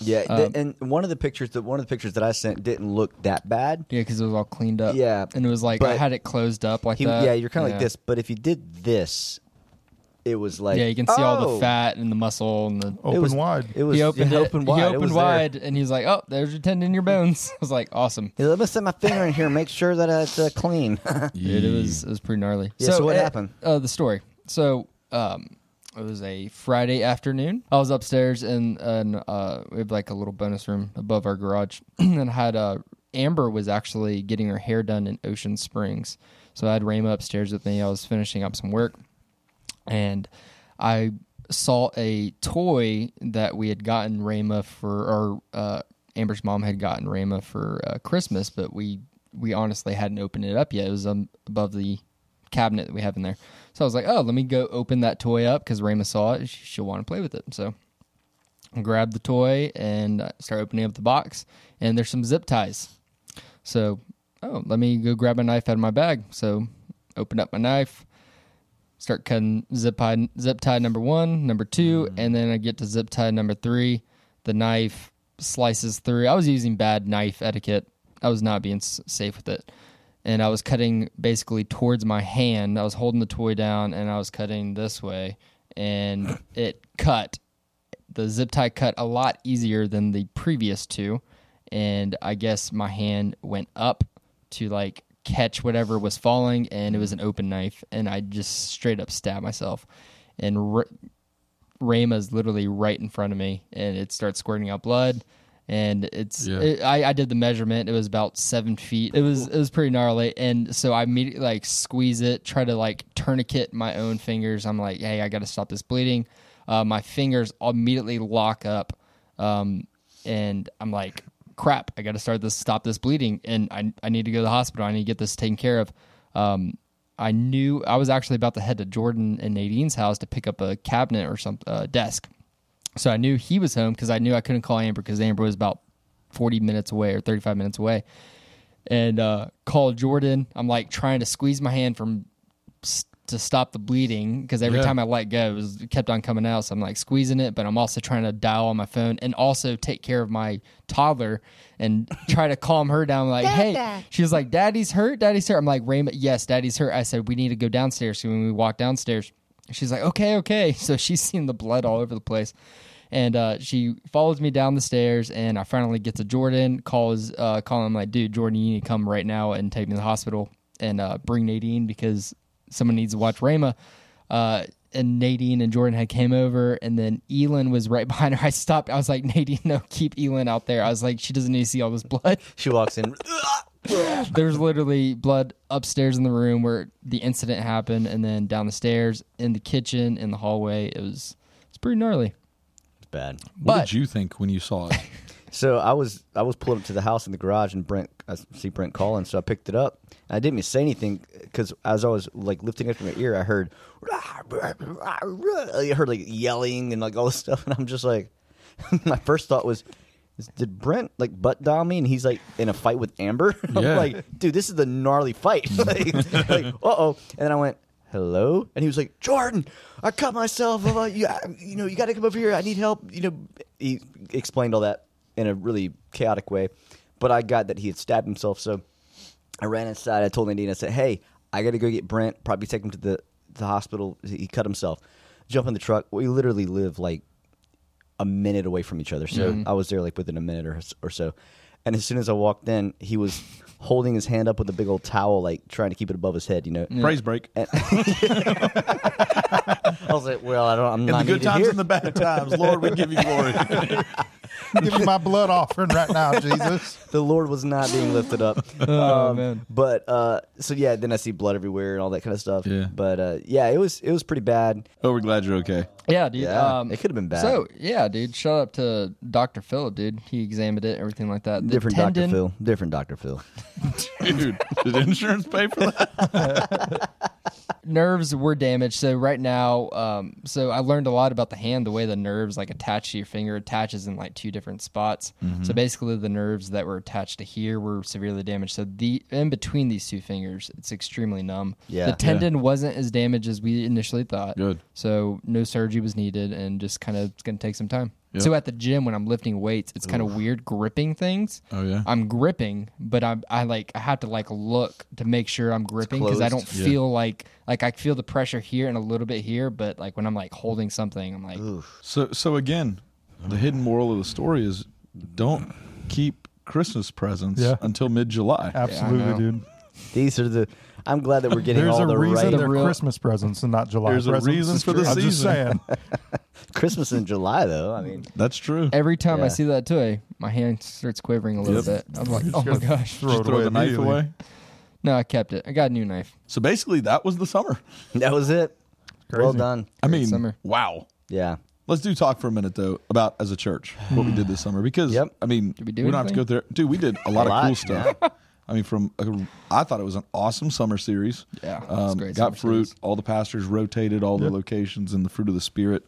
Yeah,
Um,
th- and one of the pictures that one of the pictures that I sent didn't look that bad.
Yeah, because it was all cleaned up.
Yeah,
and it was like I
but
had it closed up like
He,
that.
yeah, you're kind of
Yeah.
like this, but if you did this, it was like
yeah, you can see all
oh!
the fat and the muscle and the.
It
Open
was-
wide.
It was
he opened
yeah,
it.
open wide.
He
It
opened
was there.
wide, and he's like, "Oh, there's your tendon in your bones." I was like, "Awesome."
Yeah, let me set my finger in here. and Make sure that it's uh, clean.
Dude, it was it was pretty gnarly.
Yeah, so what
uh,
happened?
Uh, the story. So um, it was a Friday afternoon. I was upstairs and and uh, we have like a little bonus room above our garage, and I had uh, Amber was actually getting her hair done in Ocean Springs. So I had Rayma upstairs with me. I was finishing up some work, and I saw a toy that we had gotten Rayma for, or uh, Amber's mom had gotten Rayma for uh, Christmas, but we we honestly hadn't opened it up yet. It was um, above the cabinet that we have in there. So I was like, oh, let me go open that toy up because Rayma saw it. She, she'll want to play with it. So I grabbed the toy and I start opening up the box, and there's some zip ties. So, oh, let me go grab a knife out of my bag. So, open up my knife, start cutting zip tie, zip tie number one, number two, and then I get to zip tie number three. The knife slices through. I was using bad knife etiquette. I was not being s- safe with it, and I was cutting basically towards my hand. I was holding the toy down, and I was cutting this way, and it cut. The zip tie cut a lot easier than the previous two, and I guess my hand went up to like catch whatever was falling, and it was an open knife, and I just straight up stabbed myself. And Ra- Rama's literally right in front of me, and it starts squirting out blood. And it's
Yeah.
it, I, I did the measurement. It was about seven feet. It was it was pretty gnarly. And so I immediately like squeeze it, try to like tourniquet my own fingers. I'm like, hey, I got to stop this bleeding. Uh, my fingers immediately lock up, um, and I'm like, crap, I got to start this, stop this bleeding, and I I need to go to the hospital. I need to get this taken care of. Um, I knew I was actually about to head to Jordan and Nadine's house to pick up a cabinet or some uh, desk. So I knew he was home because I knew I couldn't call Amber because Amber was about 40 minutes away or 35 minutes away. And uh, called Jordan. I'm like trying to squeeze my hand from s- to stop the bleeding because every
Yeah.
time I let go, it, was, it kept on coming out. So I'm like squeezing it, but I'm also trying to dial on my phone and also take care of my toddler and try to calm her down. Like, hey, she was like, Daddy's hurt. Daddy's hurt. I'm like, Raymond, yes, Daddy's hurt. I said, we need to go downstairs. So when we walked downstairs, she's like, okay, okay. So she's seen the blood all over the place. And uh, she follows me down the stairs, and I finally get to Jordan. Calls, uh, calling him like, dude, Jordan, you need to come right now and take me to the hospital and uh, bring Nadine because someone needs to watch Rayma. Uh, and Nadine and Jordan had came over, and then Elin was right behind her. I stopped. I was like, Nadine, no, keep Elin out there. I was like, she doesn't need to see all this blood.
She walks in.
There's literally blood upstairs in the room where the incident happened, and then down the stairs, in the kitchen, in the hallway. It was it's pretty gnarly.
It's bad.
What
But-
did you think when you saw it?
So I was I was pulled up to the house in the garage, and Brent I see Brent calling, so I picked it up. And I didn't even say anything because as I was like lifting it from my ear, I heard I heard like yelling and like all this stuff, and I'm just like, my first thought was. is- Did Brent like butt dial me and he's like in a fight with Amber? I'm
Yeah.
like, dude, this is the gnarly fight. like, like uh oh. And then I went, hello? And he was like, Jordan, I cut myself. Uh, you, you know, you got to come over here. I need help. You know, he explained all that in a really chaotic way. But I got that he had stabbed himself. So I ran inside. I told Nadine, I said, hey, I got to go get Brent, probably take him to the, the hospital. He he cut himself. Jump in the truck. We literally live like a minute away from each other. So I was there like within a minute or, or so. And as soon as I walked in, he was holding his hand up with a big old towel, like trying to keep it above his head, you know?
Praise break.
And- I was like, well, I don't, I'm
In
not
the good
needed
times
here.
and the bad times, Lord, we give you glory.
Give me my blood offering right now, Jesus.
the Lord was not being lifted up.
Oh,
Um,
man.
But uh, so yeah, then I see blood everywhere and all that kind of stuff.
Yeah.
But uh, yeah, it was it was pretty bad.
oh, we're glad you're okay.
Yeah, dude.
Yeah,
um,
it could have been bad.
So yeah, dude. Shout out to Doctor Phil, dude. He examined it, everything like that. The
Different Doctor
tendon-
Phil. Different Doctor Phil.
Dude, did insurance pay for that?
nerves were damaged. So right now, um, so I learned a lot about the hand, the way the nerves like attach to your finger, attaches in like two different spots.
Mm-hmm.
So basically, the nerves that were attached to here were severely damaged. So the in between these two fingers, it's extremely numb.
Yeah.
the tendon wasn't as damaged as we initially thought.
Good.
So no surgery was needed, and just kind of it's going to take some time.
Yeah.
So at the gym when I'm lifting weights, it's kind of weird gripping things.
Oh, yeah?
I'm gripping, but I'm I like I have to like look to make sure I'm gripping because I
closed.
don't
Yeah.
feel like like I feel the pressure here and a little bit here, but like when I'm like holding something, I'm like
So, so again, the hidden moral of the story is don't keep Christmas presents
Yeah.
until mid July.
Absolutely,
know.
dude.
These are the. I'm glad that we're getting
There's
all
a
the
reason
right
they're
real-
Christmas presents and not July
There's a
presents.
reason for the
I'm just
season.
saying.
Christmas in July though. I mean,
That's true.
every time
Yeah.
I see that toy, my hand starts quivering a little
Yep.
bit. I'm like, oh my gosh.
Throw,
Just
it
throw
away
the knife
immediately.
away.
No, I kept it. I got a new knife.
So basically, that was the summer.
that was it. Well
Crazy.
done.
I mean,
summer.
wow.
Yeah.
Let's do talk for a minute though about as a church what we did this summer because
Yep.
I mean
we do
don't have to go
anything?
there. Dude, we did a lot
A
of
lot,
cool stuff. I mean, from I thought it was an awesome summer series.
Yeah, it was
um,
great
got
summer
fruit.
series.
All the pastors rotated all the locations and the fruit of the spirit,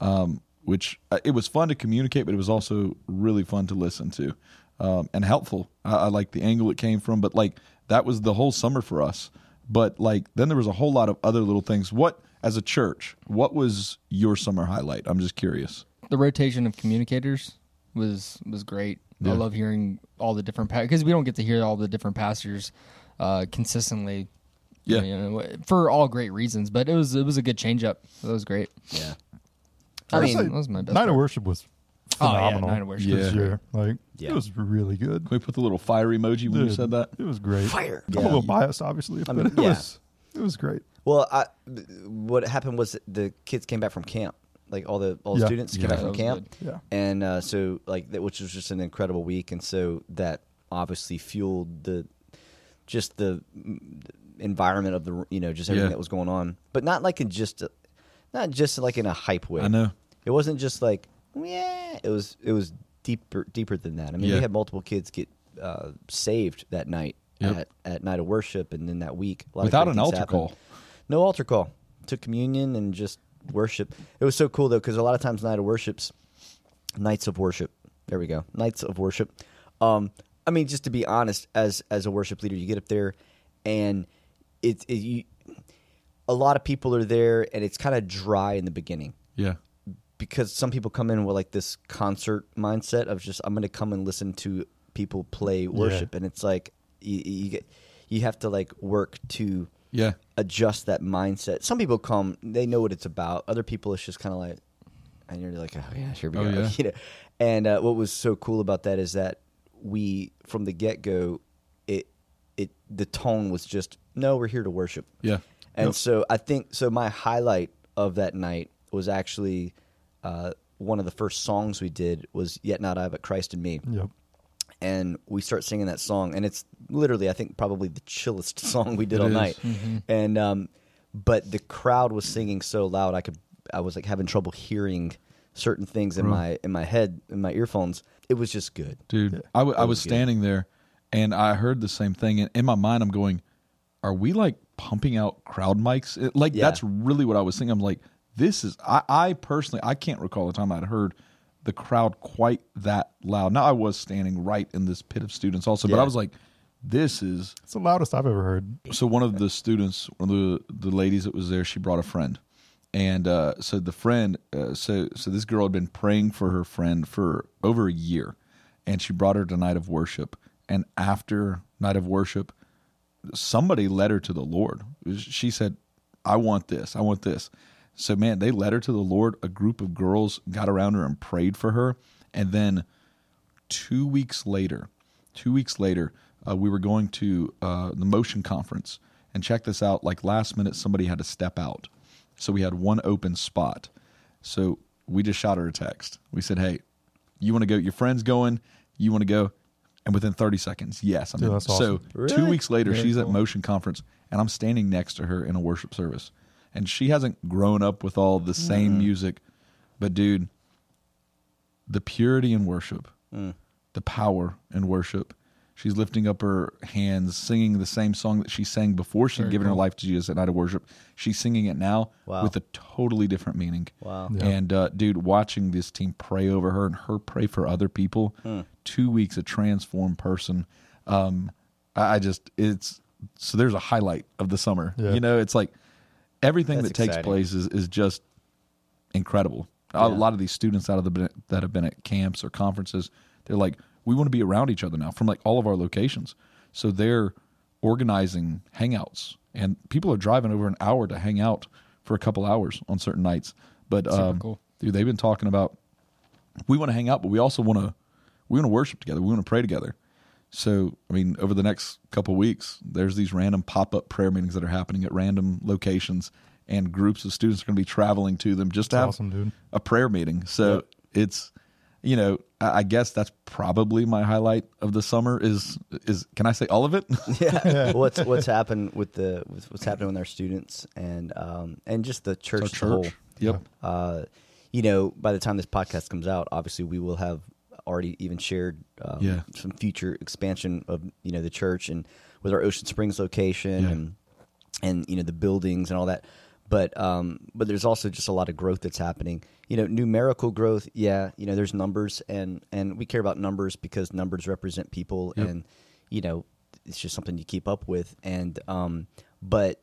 um, which uh, it was fun to communicate, but it was also really fun to listen to um, and helpful. I, I like the angle it came from, but like that was the whole summer for us. But like then there was a whole lot of other little things. What as a church, what was your summer highlight? I'm just curious.
The rotation of communicators was was great.
Yeah.
I love hearing all the different because we don't get to hear all the different pastors uh, consistently.
Yeah.
you know, for all great reasons, but it was it was a good change up. That was great.
Yeah.
That
I
was-
mean,
that was my best.
Night
part.
of worship was phenomenal.
Oh, yeah, Night of Witches.
Yeah.
this year. Like
Yeah.
it was really good.
Can we put the little fire emoji when you
Dude,
said that?
It was great.
Fire.
I'm
Yeah.
a little biased, obviously, but
mean,
it
yeah.
was it was great.
Well, I, th- what happened was the kids came back from camp. Like all the all the
Yeah.
students came
Yeah.
back
That
from
was
camp,
good. Yeah.
and uh, so like that, which was just an incredible week, and so that obviously fueled the just the mm, environment of the you know just everything
Yeah.
that was going on, but not like in just a, not just like in a hype way.
I know.
it wasn't just like yeah, it was it was deeper deeper than that. I mean,
Yeah.
we had multiple kids get uh, saved that night
Yep.
at, at night of worship, and then that week a lot of
Without
great
an
things
altar
happened.
call.
No altar call. Took communion and just worship. It was so cool though because a lot of times night of worships, nights of worship. There we go. Nights of worship. Um, I mean, just to be honest, as as a worship leader, you get up there, and it, it you, a lot of people are there, and it's kind of dry in the beginning
Yeah.
because some people come in with like this concert mindset of just I'm going to come and listen to people play worship, and it's like you, you get you have to like work to
Yeah.
adjust that mindset. Some people come, they know what it's about. Other people, it's just kind of like, and you're like, oh yeah, sure we
Oh,
go.
yeah.
You know? And uh, what was so cool about that is that we, from the get go, it it the tone was just no, we're here to worship.
Yeah.
And so I think so. My highlight of that night was actually uh, one of the first songs we did was "Yet Not I, But Christ in Me."
Mm.
Yep.
and we start singing that song and it's literally i think probably the chillest song we did
It
all
is. Mm-hmm.
night and um but the crowd was singing so loud i could i was like having trouble hearing certain things in my in my head in my earphones it was just good
Dude, I w- I was standing there and I heard the same thing. And in my mind, I'm going, are we like pumping out crowd mics? It- like,
Yeah.
that's really what I was thinking. I'm like, this is, I, I personally, I can't recall the time I'd heard the crowd quite that loud. Now, I was standing right in this pit of students also, but
Yeah.
I was like, this is
It's the loudest I've ever heard.
so one of the students, one of the the ladies that was there, she brought a friend, and uh, so the friend, uh, so so this girl had been praying for her friend for over a year, and she brought her to night of worship, and after night of worship, somebody led her to the Lord. She said, "I want this. I want this." So man, they led her to the Lord. A group of girls got around her and prayed for her, and then two weeks later, two weeks later, uh, we were going to uh, the motion conference. And check this out like last minute, somebody had to step out. So we had one open spot. So we just shot her a text. We said, Hey, you want to go? Your friend's going. You want to go? And within 30 seconds, yes. I'm
Dude,
in.
that's
So
awesome.
two weeks later, she's at motion conference, and I'm standing next to her in a worship service. And she hasn't grown up with all the same music, but dude, the purity in worship,
Mm.
the power in worship. She's lifting up her hands, singing the same song that she sang before she'd given her life to Jesus at night of worship. She's singing it now
Wow.
with a totally different meaning.
Wow.
And uh, dude, watching this team pray over her and her pray for other people,
Hmm.
two weeks a transformed person. Um, I, I just it's so there's a highlight of the summer.
Yeah.
You know, it's like everything
That's
that takes
exciting.
place is is just incredible. A lot of these students out of the that have been at camps or conferences, they're like, we want to be around each other now from like all of our locations. So they're organizing hangouts, and people are driving over an hour to hang out for a couple hours on certain nights. But um,
cool.
dude, they've been talking about we want to hang out, but we also want to we want to worship together. We want to pray together. So, I mean, over the next couple weeks, there's these random pop up prayer meetings that are happening at random locations, and groups of students are going to be traveling to them just to have
awesome, dude.
a prayer meeting. So it's, you know, I I guess that's probably my highlight of the summer. Is is can I say all of it?
yeah what's what's happened with the with what's happening with our students and um and just the church,
Our
as a whole.
Yep.
uh, you know, by the time this podcast comes out, obviously we will have already even shared um,
Yeah.
some future expansion of you know the church and with our Ocean Springs location
Yeah.
and and you know the buildings and all that. But um, but there's also just a lot of growth that's happening. You know, numerical growth. Yeah, you know, there's numbers and and we care about numbers because numbers represent people and you know it's just something you keep up with. And um, but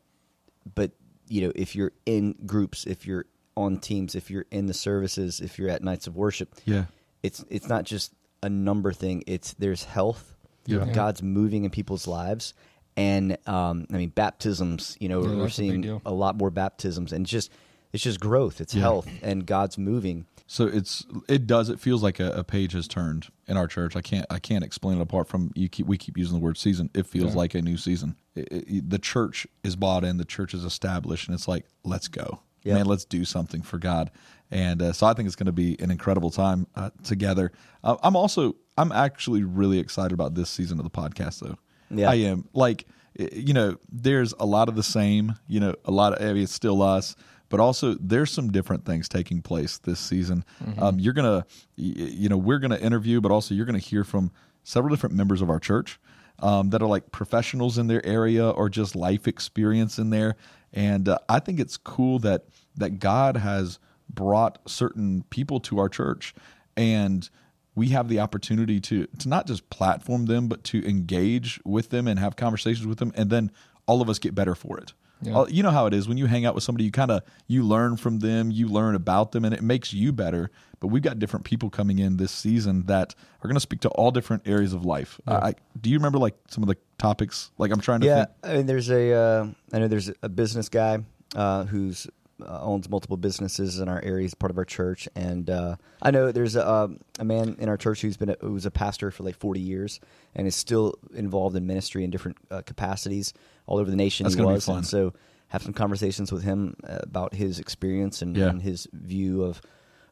but you know if you're in groups if you're on teams if you're in the services if you're at nights of worship
Yeah.
it's it's not just a number thing it's there's health
Yeah.
Yeah.
god's moving in people's lives and um, i mean baptisms you know
Yeah,
we're
that's a big
seeing
deal.
a lot more baptisms and just It's just growth. It's health, and God's moving.
So it's it does it feels like a, a page has turned in our church. I can't I can't explain it apart from you keep we keep using the word season. It feels like a new season. It- it- the church is bought in, the church is established, and it's like let's go,
Yeah.
man, let's do something for God. And uh, so I think it's going to be an incredible time uh, together. Uh, I'm also I'm actually really excited about this season of the podcast though.
Yeah.
I am like i- you know there's a lot of the same you know a lot of I mean, it's still us but also there's some different things taking place this season um, you're gonna y- you know we're gonna interview but also you're gonna hear from several different members of our church um, that are like professionals in their area or just life experience in there and uh, i think it's cool that that god has brought certain people to our church and we have the opportunity to to not just platform them but to engage with them and have conversations with them and then all of us get better for it Uh, you know how it is when you hang out with somebody you kind of you learn from them you learn about them and it makes you better but we've got different people coming in this season that are going to speak to all different areas of life I, I- do you remember like some of the topics like i'm trying to
Yeah,
think
I mean, there's a uh, I know there's a business guy uh, who's uh, owns multiple businesses in our area. He's part of our church, and uh, I know there's a, um, a man in our church who's been a, who was a pastor for like 40 years and is still involved in ministry in different uh, capacities all over the nation.
That's
he
gonna be
was,
fun.
and so have some conversations with him uh, about his experience and,
Yeah.
and his view of.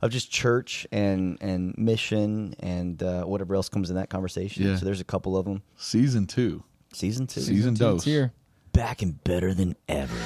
Of just church and and mission and uh, whatever else comes in that conversation.
Yeah.
So there's a couple of them.
season two
Season two,
season,
It's
dose
here.
back and better than ever.